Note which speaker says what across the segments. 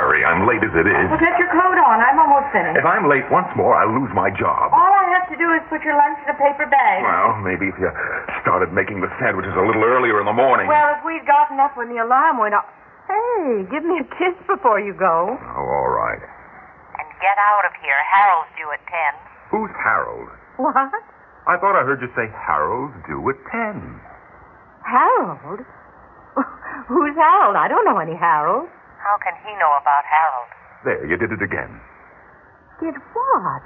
Speaker 1: I'm late as it is.
Speaker 2: Well, get your coat on. I'm almost
Speaker 1: If
Speaker 2: finished.
Speaker 1: I'm late once more, I'll lose my job.
Speaker 2: All I have to do is put your lunch in a paper bag.
Speaker 1: Well, maybe if you started making the sandwiches a little earlier in the morning.
Speaker 2: Well, if we'd gotten up when the alarm went off. Hey, give me a kiss before you go.
Speaker 1: Oh, all right.
Speaker 3: And get out of here. Harold's due at 10.
Speaker 1: Who's Harold?
Speaker 2: What?
Speaker 1: I thought I heard you say Harold's due at 10.
Speaker 2: Harold? Who's Harold? I don't know any Harold.
Speaker 3: How can he know about Harold?
Speaker 1: There, you did it again.
Speaker 2: Did what?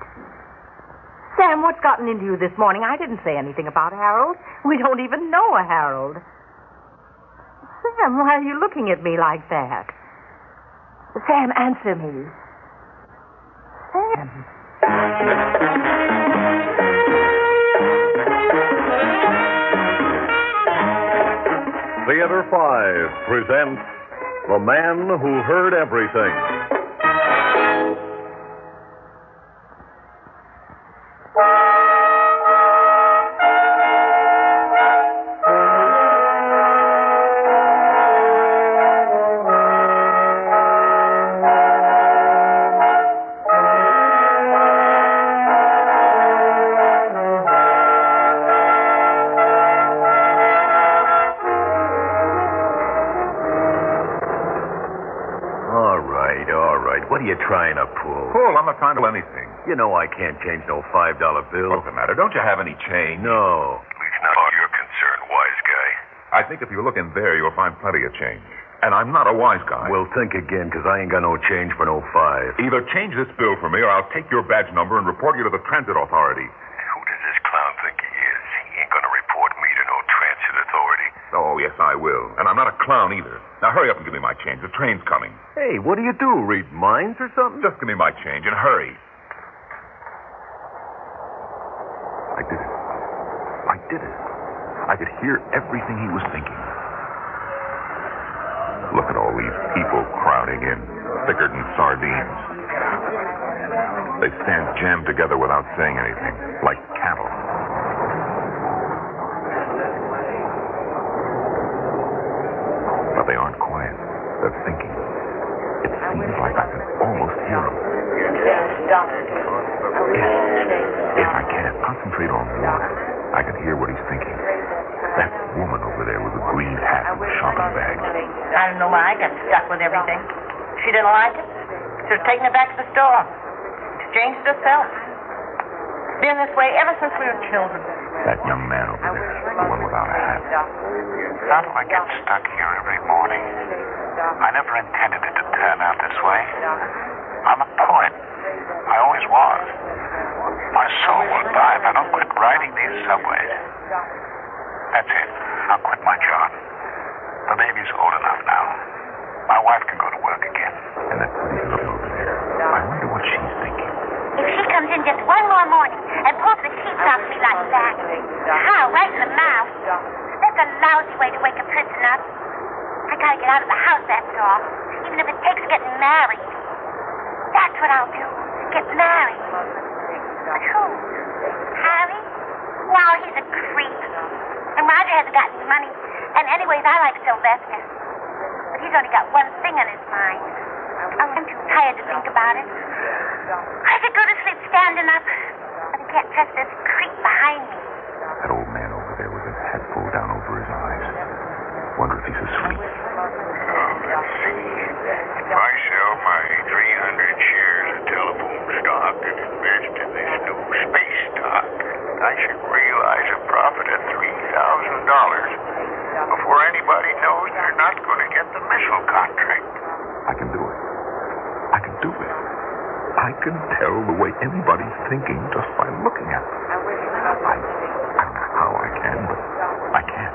Speaker 2: Sam, what's gotten into you this morning? I didn't say anything about Harold. We don't even know a Harold. Sam, why are you looking at me like that? Sam, answer me. Sam.
Speaker 4: Theater 5 presents The Man Who Heard Everything.
Speaker 5: All right, all right. What are you trying to pull?
Speaker 1: Paul, I'm not trying to do anything.
Speaker 5: You know I can't change no $5 bill.
Speaker 1: What's the matter? Don't you have any change?
Speaker 5: No.
Speaker 6: At least not your concern, wise guy.
Speaker 1: I think if you look in there, you'll find plenty of change. And I'm not a wise guy.
Speaker 5: Well, think again, 'cause I ain't got no change for no 5
Speaker 1: either change this bill for me, or I'll take your badge number and report you to the transit authority.
Speaker 6: Who does this clown think he is? He ain't gonna report me to no transit authority.
Speaker 1: Oh, yes, I will. And I'm not a clown either. Now hurry up and give me my change. The train's coming.
Speaker 5: Hey, what do you do? Read minds or something?
Speaker 1: Just give me my change and hurry. I did it. I did it. I could hear everything he was thinking. Look at all these people crowding in, thicker than sardines. They stand jammed together without saying anything, like cattle. But they aren't quiet. They're thinking. It seems like I can almost hear them. If, if I can't concentrate on one, I can hear what he's thinking. That woman over there with the green hat and the shopping bag.
Speaker 3: I don't know why I got stuck with everything. She didn't like it. She was taking it back to the store. She changed it herself. Been this way ever since we were children.
Speaker 1: That young man over there, the one without a hat.
Speaker 6: How do I get stuck here every morning? I never intended it to turn out this way. I'm a poet. I always was. My soul will die if I don't quit riding these subways. That's it. I'll quit my job. The baby's old enough now. My wife can go to work again.
Speaker 1: And that pretty girl over there. I wonder what she's thinking.
Speaker 7: If she comes in just one more morning and pulls the sheets off me like that, how right in the mouth. That's a lousy way to wake a person up. I gotta get out of the house, that's all. Even if it takes getting married. That's what I'll do. Get married. But who? Harry? Wow, he's a creep. And Roger hasn't got any money. And anyways, I like Sylvester. But he's only got one thing on his mind. Oh, I'm too tired to think about it. I could go to sleep standing up, but I can't trust this creep behind me.
Speaker 1: That old man over there with his hat pulled down over his eyes. Wonder if he's asleep.
Speaker 6: Oh, let's see. If I sell my 300 shares of telephone stock and invest in this new space stock, I should realize a profit of $3,000 before anybody knows they're not going to get the missile contract.
Speaker 1: I can do it. I can do it. I can tell the way anybody's thinking just by looking at them. I, I don't know how I can, but I can.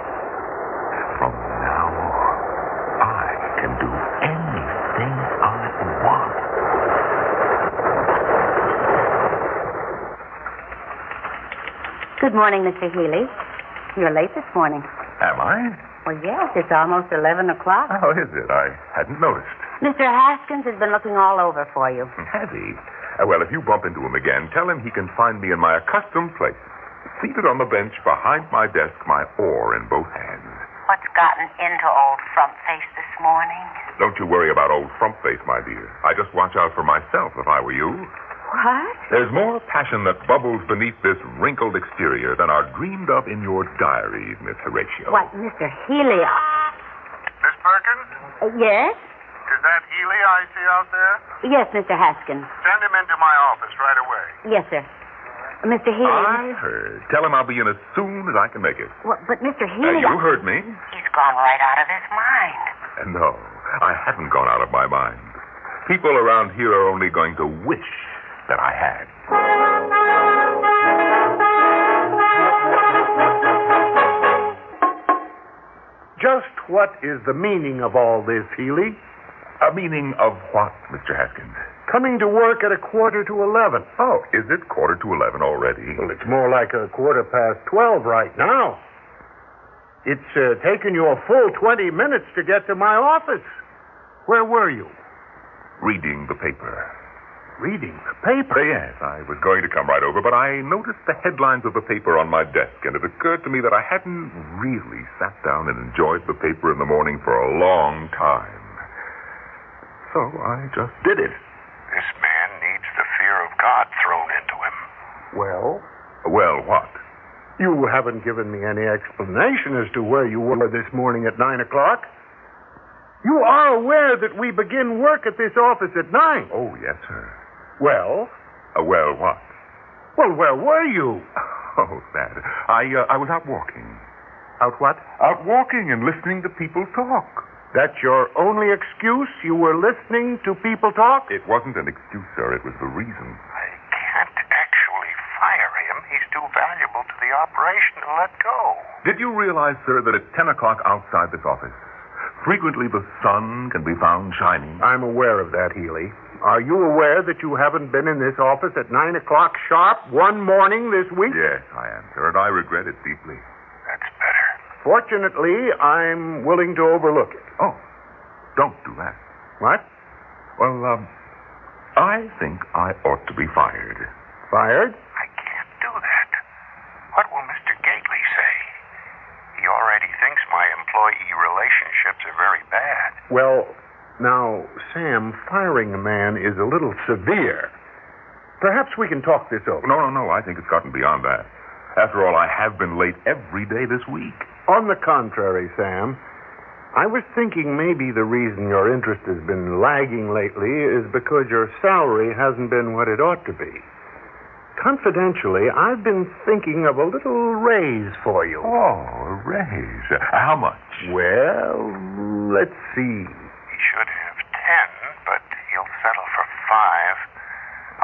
Speaker 1: From now on, I can do anything I want.
Speaker 8: Good morning, Mr. Healy. You're late this morning.
Speaker 1: Am I?
Speaker 8: Well, yes, it's almost 11 o'clock.
Speaker 1: How is it? I hadn't noticed.
Speaker 8: Mr. Haskins has been looking all over for you.
Speaker 1: Has he? Uh, well, if you bump into him again, tell him he can find me in my accustomed place, seated on the bench behind my desk, my oar in both hands.
Speaker 3: what's gotten into old frump face this morning?
Speaker 1: Don't you worry about old frump face, my dear. I just watch out for myself if I were you.
Speaker 2: What?
Speaker 1: There's more passion that bubbles beneath this wrinkled exterior than are dreamed of in your diaries, Miss Horatio.
Speaker 8: What, Mr. Healy?
Speaker 6: Miss Perkins,
Speaker 8: Uh, Yes?
Speaker 6: is that Healy I see out there?
Speaker 8: Yes, Mr. Haskins.
Speaker 6: Send him into my office right away.
Speaker 8: Yes, sir. Mr. Healy.
Speaker 1: I heard. Tell him I'll be in as soon as I can make it.
Speaker 8: Well, but Mr.
Speaker 1: Uh,
Speaker 8: Healy.
Speaker 1: you heard me.
Speaker 3: He's gone right out of his mind.
Speaker 1: And Uh, no, I haven't gone out of my mind. People around here are only going to wish that I had.
Speaker 4: Just what is the meaning of all this, Healy?
Speaker 1: A meaning of what, Mr. Haskins?
Speaker 4: Coming to work at a quarter to eleven.
Speaker 1: Oh, is it quarter to eleven already?
Speaker 4: Well, it's more like a quarter past twelve right now. It's uh, taken you a full 20 minutes to get to my office. Where were you?
Speaker 1: Reading the paper.
Speaker 4: Reading the paper.
Speaker 1: Uh, yes, I was going to come right over, but I noticed the headlines of the paper on my desk, and it occurred to me that I hadn't really sat down and enjoyed the paper in the morning for a long time. So I just did it.
Speaker 6: This man needs the fear of God thrown into him.
Speaker 4: Well,
Speaker 1: Well, what?
Speaker 4: you haven't given me any explanation as to where you were this morning at nine o'clock. You are aware that we begin work at this office at nine.
Speaker 1: Oh, yes, sir.
Speaker 4: Well,
Speaker 1: Uh, well, what?
Speaker 4: well, where were you?
Speaker 1: Oh, that. I, uh, I was out walking.
Speaker 4: Out what?
Speaker 1: Out walking and listening to people talk.
Speaker 4: That's your only excuse? You were listening to people talk?
Speaker 1: It wasn't an excuse, sir. It was the reason.
Speaker 6: I can't actually fire him. He's too valuable to the operation to let go.
Speaker 1: Did you realize, sir, that at 10 o'clock outside this office, frequently the sun can be found shining?
Speaker 4: I'm aware of that, Healy. Are you aware that you haven't been in this office at nine o'clock sharp one morning this week?
Speaker 1: Yes, I am, sir, and I regret it deeply.
Speaker 6: That's better.
Speaker 4: Fortunately, I'm willing to overlook it.
Speaker 1: Oh, don't do that.
Speaker 4: What?
Speaker 1: Well, um, I think I ought to be fired.
Speaker 4: Fired?
Speaker 6: I can't do that. What will Mr. Gately say? He already thinks my employee relationships are very bad.
Speaker 4: Well, now, Sam, firing a man is a little severe. Perhaps we can talk this over.
Speaker 1: No, no, no. I think it's gotten beyond that. After all, I have been late every day this week.
Speaker 4: On the contrary, Sam, I was thinking maybe the reason your interest has been lagging lately is because your salary hasn't been what it ought to be. Confidentially, I've been thinking of a little raise for you.
Speaker 1: Oh, a raise. How much?
Speaker 4: Well, let's see.
Speaker 6: He should have ten, but he'll settle for five.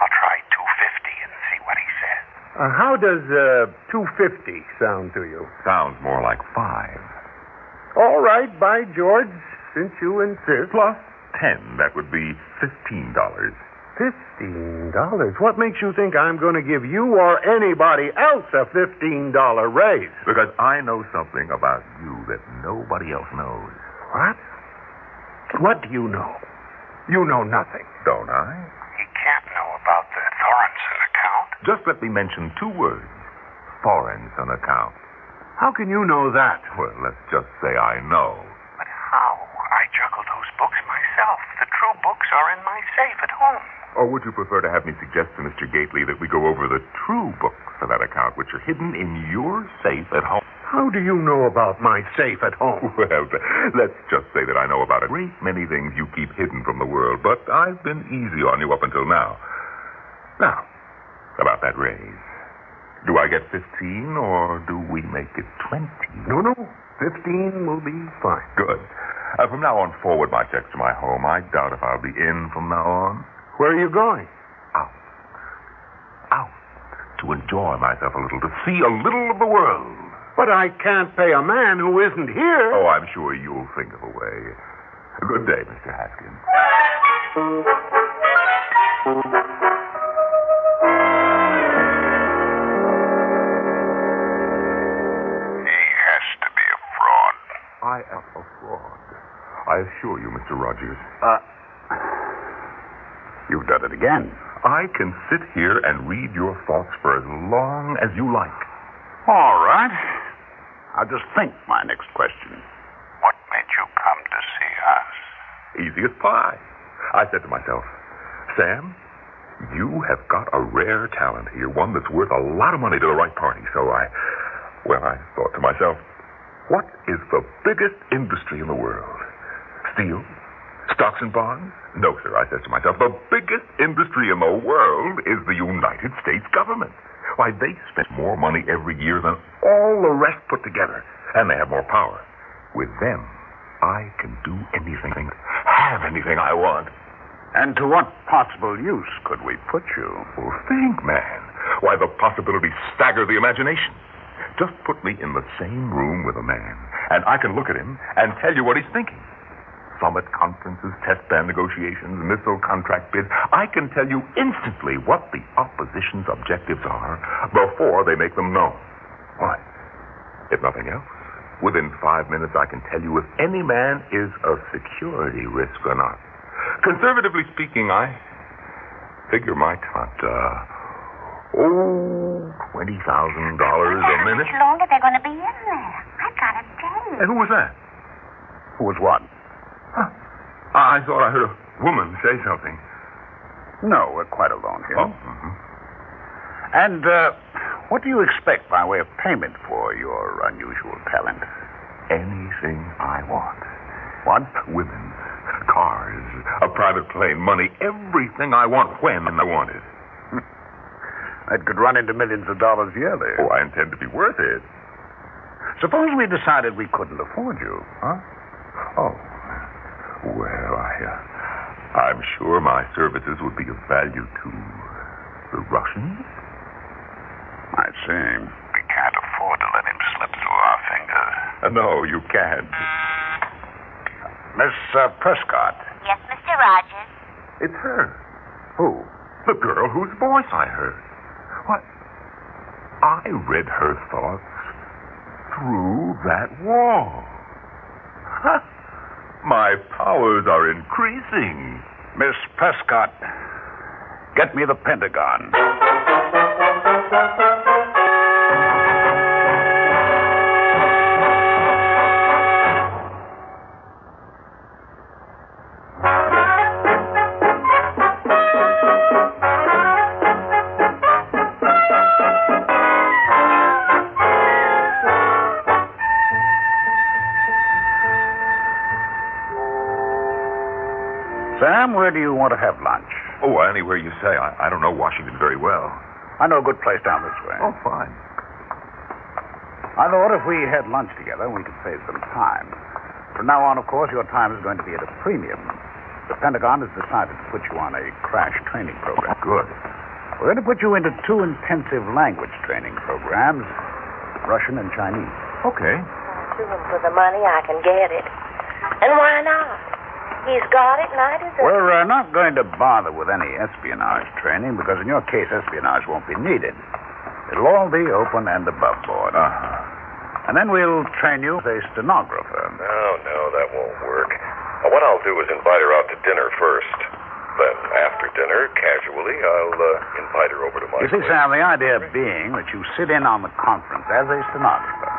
Speaker 6: I'll try 250 and see what he says.
Speaker 4: Uh, how does uh, 250 sound to you?
Speaker 1: Sounds more like five.
Speaker 4: All right, by George, since you insist.
Speaker 1: Plus ten, that would be fifteen dollars.
Speaker 4: Fifteen dollars. What makes you think I'm going to give you or anybody else a fifteen dollar raise?
Speaker 1: Because I know something about you that nobody else knows.
Speaker 4: What? What do you know? You know nothing.
Speaker 1: Don't I?
Speaker 6: He can't know about the Thorenson account.
Speaker 1: Just let me mention two words. Foreigns on account.
Speaker 4: How can you know that?
Speaker 1: Well, let's just say I know.
Speaker 6: But how? I juggle those books myself. The true books are in my safe at home.
Speaker 1: Or would you prefer to have me suggest to Mr. Gately that we go over the true books for that account, which are hidden in your safe at home?
Speaker 4: How do you know about my safe at home?
Speaker 1: Oh, Well, let's just say that I know about a great many things you keep hidden from the world, but I've been easy on you up until now. Now, about that raise. Do I get 15 or do we make it 20?
Speaker 4: No, no. Fifteen will be fine.
Speaker 1: Good. Uh, from now on forward, my checks to my home. I doubt if I'll be in from now on.
Speaker 4: Where are you going?
Speaker 1: Out. Out. To enjoy myself a little, to see a little of the world.
Speaker 4: But I can't pay a man who isn't here.
Speaker 1: Oh, I'm sure you'll think of a way. Good day, Mr. Haskins.
Speaker 6: He has to be a fraud.
Speaker 1: I am a fraud. I assure you, Mr. Rogers.
Speaker 5: Uh, you've done it again.
Speaker 1: I can sit here and read your thoughts for as long as you like.
Speaker 5: All right. I'll just think my next question.
Speaker 1: Easy as pie. I said to myself, Sam, you have got a rare talent here, one that's worth a lot of money to the right party. So I, well, I thought to myself, what is the biggest industry in the world? Steel? Stocks and bonds? No, sir, I said to myself, the biggest industry in the world is the United States government. Why, they spend more money every year than all the rest put together, and they have more power. With them, I can do anything, have anything I want.
Speaker 5: And to what possible use could we put you?
Speaker 1: Well, think, man. Why, the possibilities stagger the imagination. Just put me in the same room with a man, and I can look at him and tell you what he's thinking. Summit conferences, test ban negotiations, missile contract bids. I can tell you instantly what the opposition's objectives are before they make them known. Why? If nothing else, within five minutes I can tell you if any man is a security risk or not. Conservatively speaking, I figure my time at, uh, oh, $20,000 a
Speaker 7: How
Speaker 1: minute.
Speaker 7: much longer they're going to be in there? I gotta tell you.
Speaker 1: And who was that?
Speaker 5: Who was what?
Speaker 1: Huh. I I thought I heard a woman say something.
Speaker 5: No, we're quite alone here.
Speaker 1: Oh, mhm.
Speaker 5: And uh, what do you expect by way of payment for your unusual talent?
Speaker 1: anything I want.
Speaker 5: What?
Speaker 1: Women, cars, a private plane, money, everything I want when I want it.
Speaker 5: That could run into millions of dollars yearly.
Speaker 1: Oh, I intend to be worth it.
Speaker 5: Suppose we decided we couldn't afford you.
Speaker 1: Huh? Oh. Well, I, uh, I'm sure my services would be of value to the Russians.
Speaker 5: I see.
Speaker 6: We can't afford to let him slip through our fingers.
Speaker 1: Uh, no, you can't.
Speaker 5: Miss uh, Prescott.
Speaker 7: Yes, Mr. Rogers.
Speaker 1: It's her.
Speaker 5: Who?
Speaker 1: The girl whose voice I heard. What? I read her thoughts through that wall. Ha! My powers are increasing.
Speaker 5: Miss Prescott. Get me the Pentagon. Sam, where do you want to have lunch?
Speaker 1: Oh, anywhere you say. I, I don't know Washington very well.
Speaker 5: I know a good place down this
Speaker 6: Oh,
Speaker 5: way.
Speaker 1: fine.
Speaker 5: I thought if we had lunch together, we could save some time. From now on, of course, your time is going to be at a premium. The Pentagon has decided to put you on a crash training program.
Speaker 1: Good.
Speaker 5: We're going to put you into two intensive language training programs Russian and Chinese.
Speaker 1: Okay.
Speaker 3: Shoot him for the money, I can get it. And why not? He's got it, and I deserve
Speaker 5: We're uh, not going to bother with any espionage training because, in your case, espionage won't be needed. It'll all be open and above board. And then we'll train you as a stenographer.
Speaker 6: No, no, that won't work. Uh, What I'll do is invite her out to dinner first. Then, after dinner, casually, I'll uh, invite her over to my
Speaker 5: You see,
Speaker 6: place.
Speaker 5: Sam, the idea being that you sit in on the conference as a stenographer.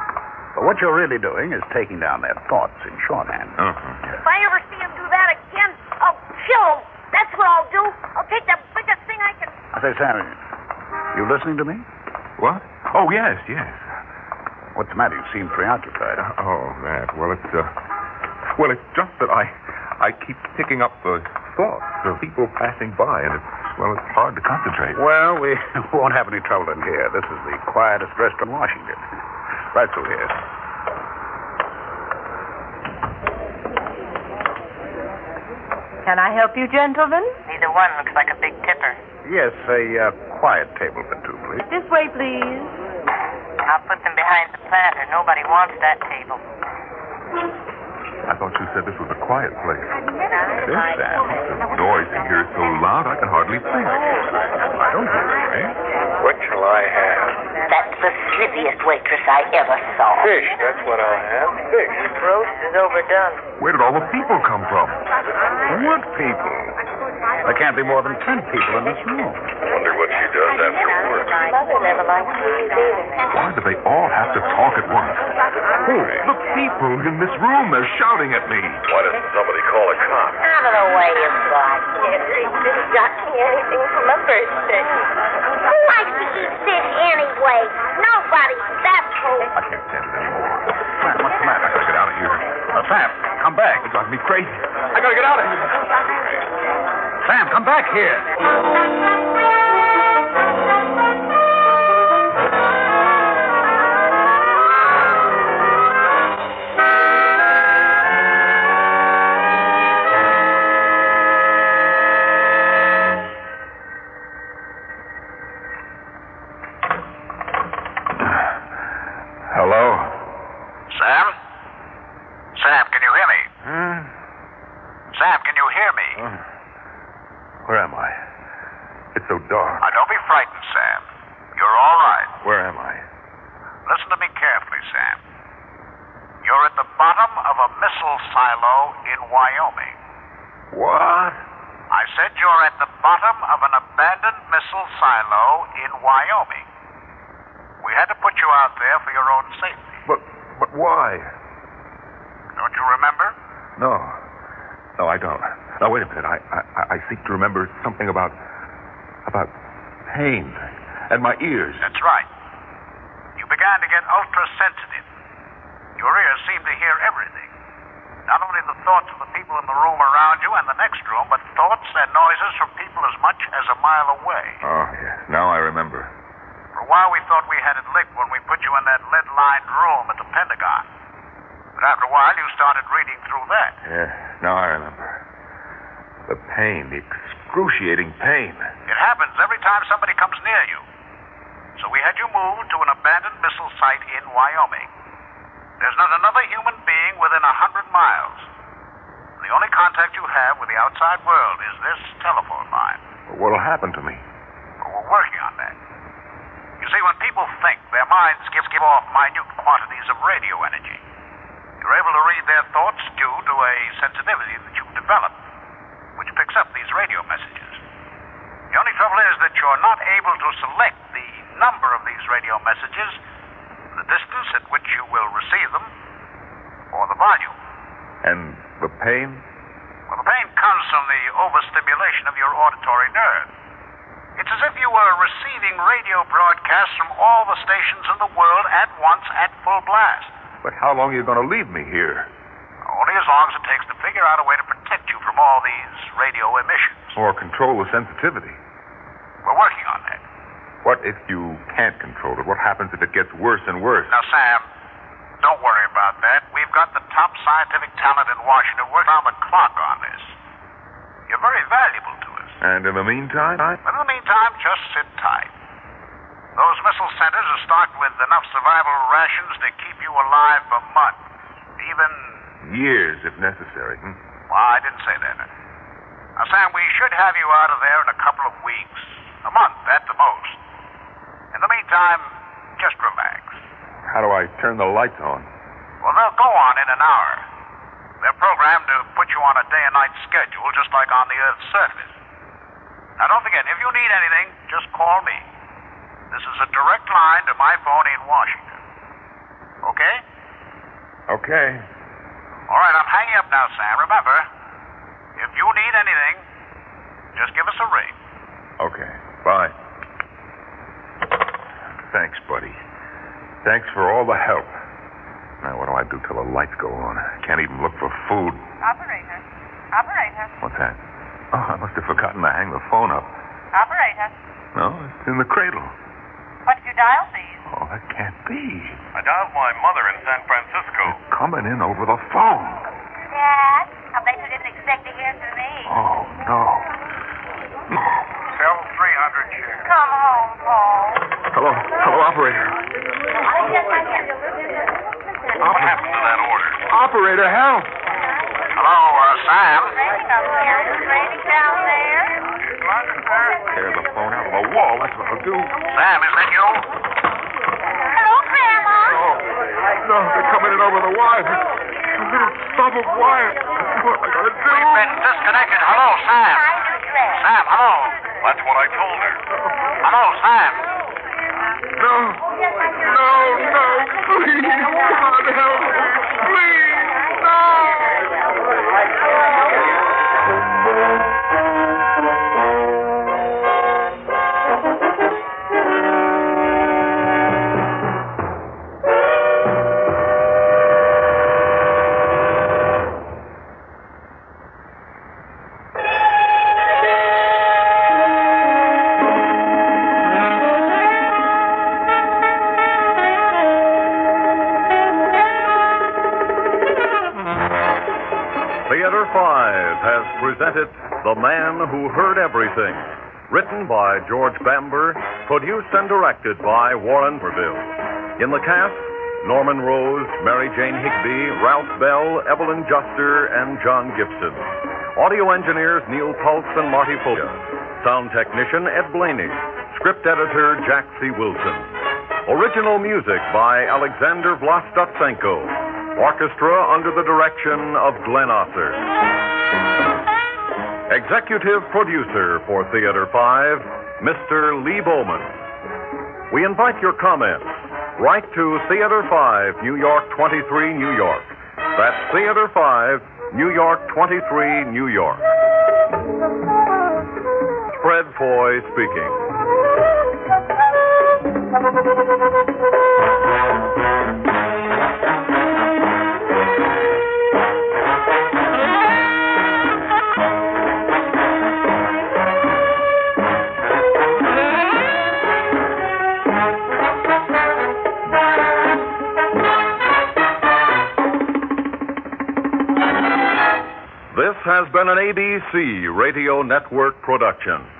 Speaker 5: But what you're really doing is taking down their thoughts in shorthand.
Speaker 1: Uh-huh.
Speaker 7: If I ever see him do that again, I'll kill him. That's what I'll do. I'll take the biggest thing I can.
Speaker 5: I say, Sam, you listening to me?
Speaker 1: What? Oh, yes, yes.
Speaker 5: What's the matter? You seem preoccupied.
Speaker 1: Oh, that. Well, it's, uh... Well, it's just that I... I keep picking up the thoughts of people passing by, and it's... Well, it's hard to concentrate.
Speaker 5: Well, we won't have any trouble in here. This is the quietest restaurant in Washington. Right through here.
Speaker 2: Can I help you, gentlemen?
Speaker 3: Neither one looks like a big tipper.
Speaker 5: Yes, a uh, quiet table for two, please.
Speaker 2: This way, please.
Speaker 3: I'll put them behind the platter. Nobody wants that table.
Speaker 1: I thought you said this was a quiet place.
Speaker 3: Neither
Speaker 1: Yes, Sam. The noise in here is so loud I can hardly think. I don't get away.
Speaker 6: What shall I have?
Speaker 3: That's the slippiest waitress I ever saw.
Speaker 6: Fish, that's what I'll have. Fish.
Speaker 3: Roast is overdone.
Speaker 1: Where did all the people come from?
Speaker 5: What people? There can't be more than ten people in this room.
Speaker 6: Wonder what she does after work.
Speaker 1: Why do they all have to talk at once? Oh, look, people in this room, they're shouting at me.
Speaker 5: Why doesn't somebody call a cop?
Speaker 3: Out of the way, you guys. This got me anything from a first
Speaker 7: Who likes to eat fish anyway? Nobody. That's who.
Speaker 1: I can't stand it anymore. Sam, what's the matter? I gotta get out of here. Sam, come back. It's driving me crazy. I gotta get out of here. Sam, come back here. Hello?
Speaker 6: Sam? Sam, can you hear me?
Speaker 1: Huh?
Speaker 6: Sam, can you hear me?
Speaker 1: Oh. Where am I? It's so dark.
Speaker 6: Now, Uh, don't be frightened, Sam. You're all right.
Speaker 1: Where am I?
Speaker 6: Listen to me carefully, Sam. You're at the bottom of a missile silo in Wyoming.
Speaker 1: What?
Speaker 6: I said you're at the bottom of an abandoned missile silo in Wyoming. We had to put you out there for your own safety.
Speaker 1: But but why?
Speaker 6: Don't you remember?
Speaker 1: No. No, I don't. Now wait a minute. I I, I- I seek to remember something about about pain and my ears.
Speaker 6: That's right. You began to get ultra sensitive. Your ears seemed to hear everything. Not only the thoughts of the people in the room around you and the next room, but thoughts and noises from people as much as a mile away.
Speaker 1: Oh yes. Now I remember.
Speaker 6: For a while, we thought we had it licked when we put you in that lead lined room at the Pentagon. But after a while, you started reading through that.
Speaker 1: Yeah. Now I remember. The pain, the excruciating pain.
Speaker 6: It happens every time somebody comes near you. So we had you moved to an abandoned missile site in Wyoming. There's not another human being within a hundred miles. The only contact you have with the outside world is this telephone line.
Speaker 1: What'll happen to me?
Speaker 6: But we're working on that. You see, when people think, their minds give, give off minute quantities of radio energy. You're able to read their thoughts due to a sensitivity that you've developed, which picks up these radio messages. The only trouble is that you're not able to select the number of these radio messages, the distance at which you will receive them, or the volume.
Speaker 1: And the pain?
Speaker 6: Well, the pain comes from the overstimulation of your auditory nerve. It's as if you were receiving radio broadcasts from all the stations in the world at once at full blast.
Speaker 1: But how long are you going to leave me here?
Speaker 6: Only as long as it takes to figure out a way to protect you from all these radio emissions.
Speaker 1: Or control the sensitivity?
Speaker 6: We're working on that.
Speaker 1: What if you can't control it? What happens if it gets worse and worse?
Speaker 6: Now, Sam, don't worry about that. We've got the top scientific talent in Washington working on the clock on this. You're very valuable to us.
Speaker 1: And in the meantime, I...
Speaker 6: But in the meantime, just sit tight. Those missile centers are stocked with enough survival rations to keep you alive for months. Even.
Speaker 1: years if necessary. Hmm?
Speaker 6: Well, I didn't say that. Now, Sam, we should have you out of there in a couple of weeks. A month at the most. In the meantime, just relax.
Speaker 1: How do I turn the lights on?
Speaker 6: Well, they'll go on in an hour. They're programmed to put you on a day and night schedule, just like on the Earth's surface. Now, don't forget, if you need anything, just call me. This is a direct line to my phone in Washington. Okay?
Speaker 1: Okay.
Speaker 6: All right, I'm hanging up now, Sam. Remember, if you need anything, just give us a ring.
Speaker 1: Okay. Bye. Thanks, buddy. Thanks for all the help. Now, what do I do till the lights go on? Can't even look for food.
Speaker 9: Operator. Operator.
Speaker 1: What's that? Oh, I must have forgotten to hang the phone up.
Speaker 9: Operator.
Speaker 1: No, it's in the cradle.
Speaker 9: What did you dial, please?
Speaker 1: Oh, that can't be.
Speaker 5: I dialed my mother in San Francisco.
Speaker 1: It's coming in over the phone.
Speaker 7: Dad, I bet you didn't expect to hear from me.
Speaker 1: Oh, no. No.
Speaker 6: Sell 300 shares.
Speaker 9: Come home, Paul.
Speaker 1: Hello. Hello, operator.
Speaker 5: What happened to that order?
Speaker 1: Operator, help!
Speaker 6: Hello, uh, Sam.
Speaker 9: Raining up here. Is it raining down there?
Speaker 1: Tear the phone out of the wall. That's what I'll do.
Speaker 6: Sam, is that you?
Speaker 7: Hello, Grandma.
Speaker 1: No, they're coming in over the wire. A little stub of wire. What am I going to do?
Speaker 6: We've been disconnected. Hello, Sam.
Speaker 7: My new dress.
Speaker 6: Sam, hello.
Speaker 5: That's what I told her.
Speaker 6: Hello, Sam.
Speaker 7: No. No, no. Please, God help. Please, no.
Speaker 1: Theater 5 has presented The Man Who Heard Everything, written by George Bamber, produced and directed by Warren Verville. In the cast, Norman Rose, Mary Jane Higby, Ralph Bell, Evelyn Juster, and John Gibson. Audio engineers Neil Pultz and Marty Fulia. Sound technician Ed Blaney. Script editor Jack C. Wilson. Original music by Alexander Vlastotsenko. Orchestra under the direction of Glenn Osser. Executive producer for Theater 5, Mr. Lee Bowman. We invite your comments. Write to Theater 5, New York 23, New York. That's Theater 5, New York 23, New York. Fred Foy speaking. This has been an ABC Radio Network production.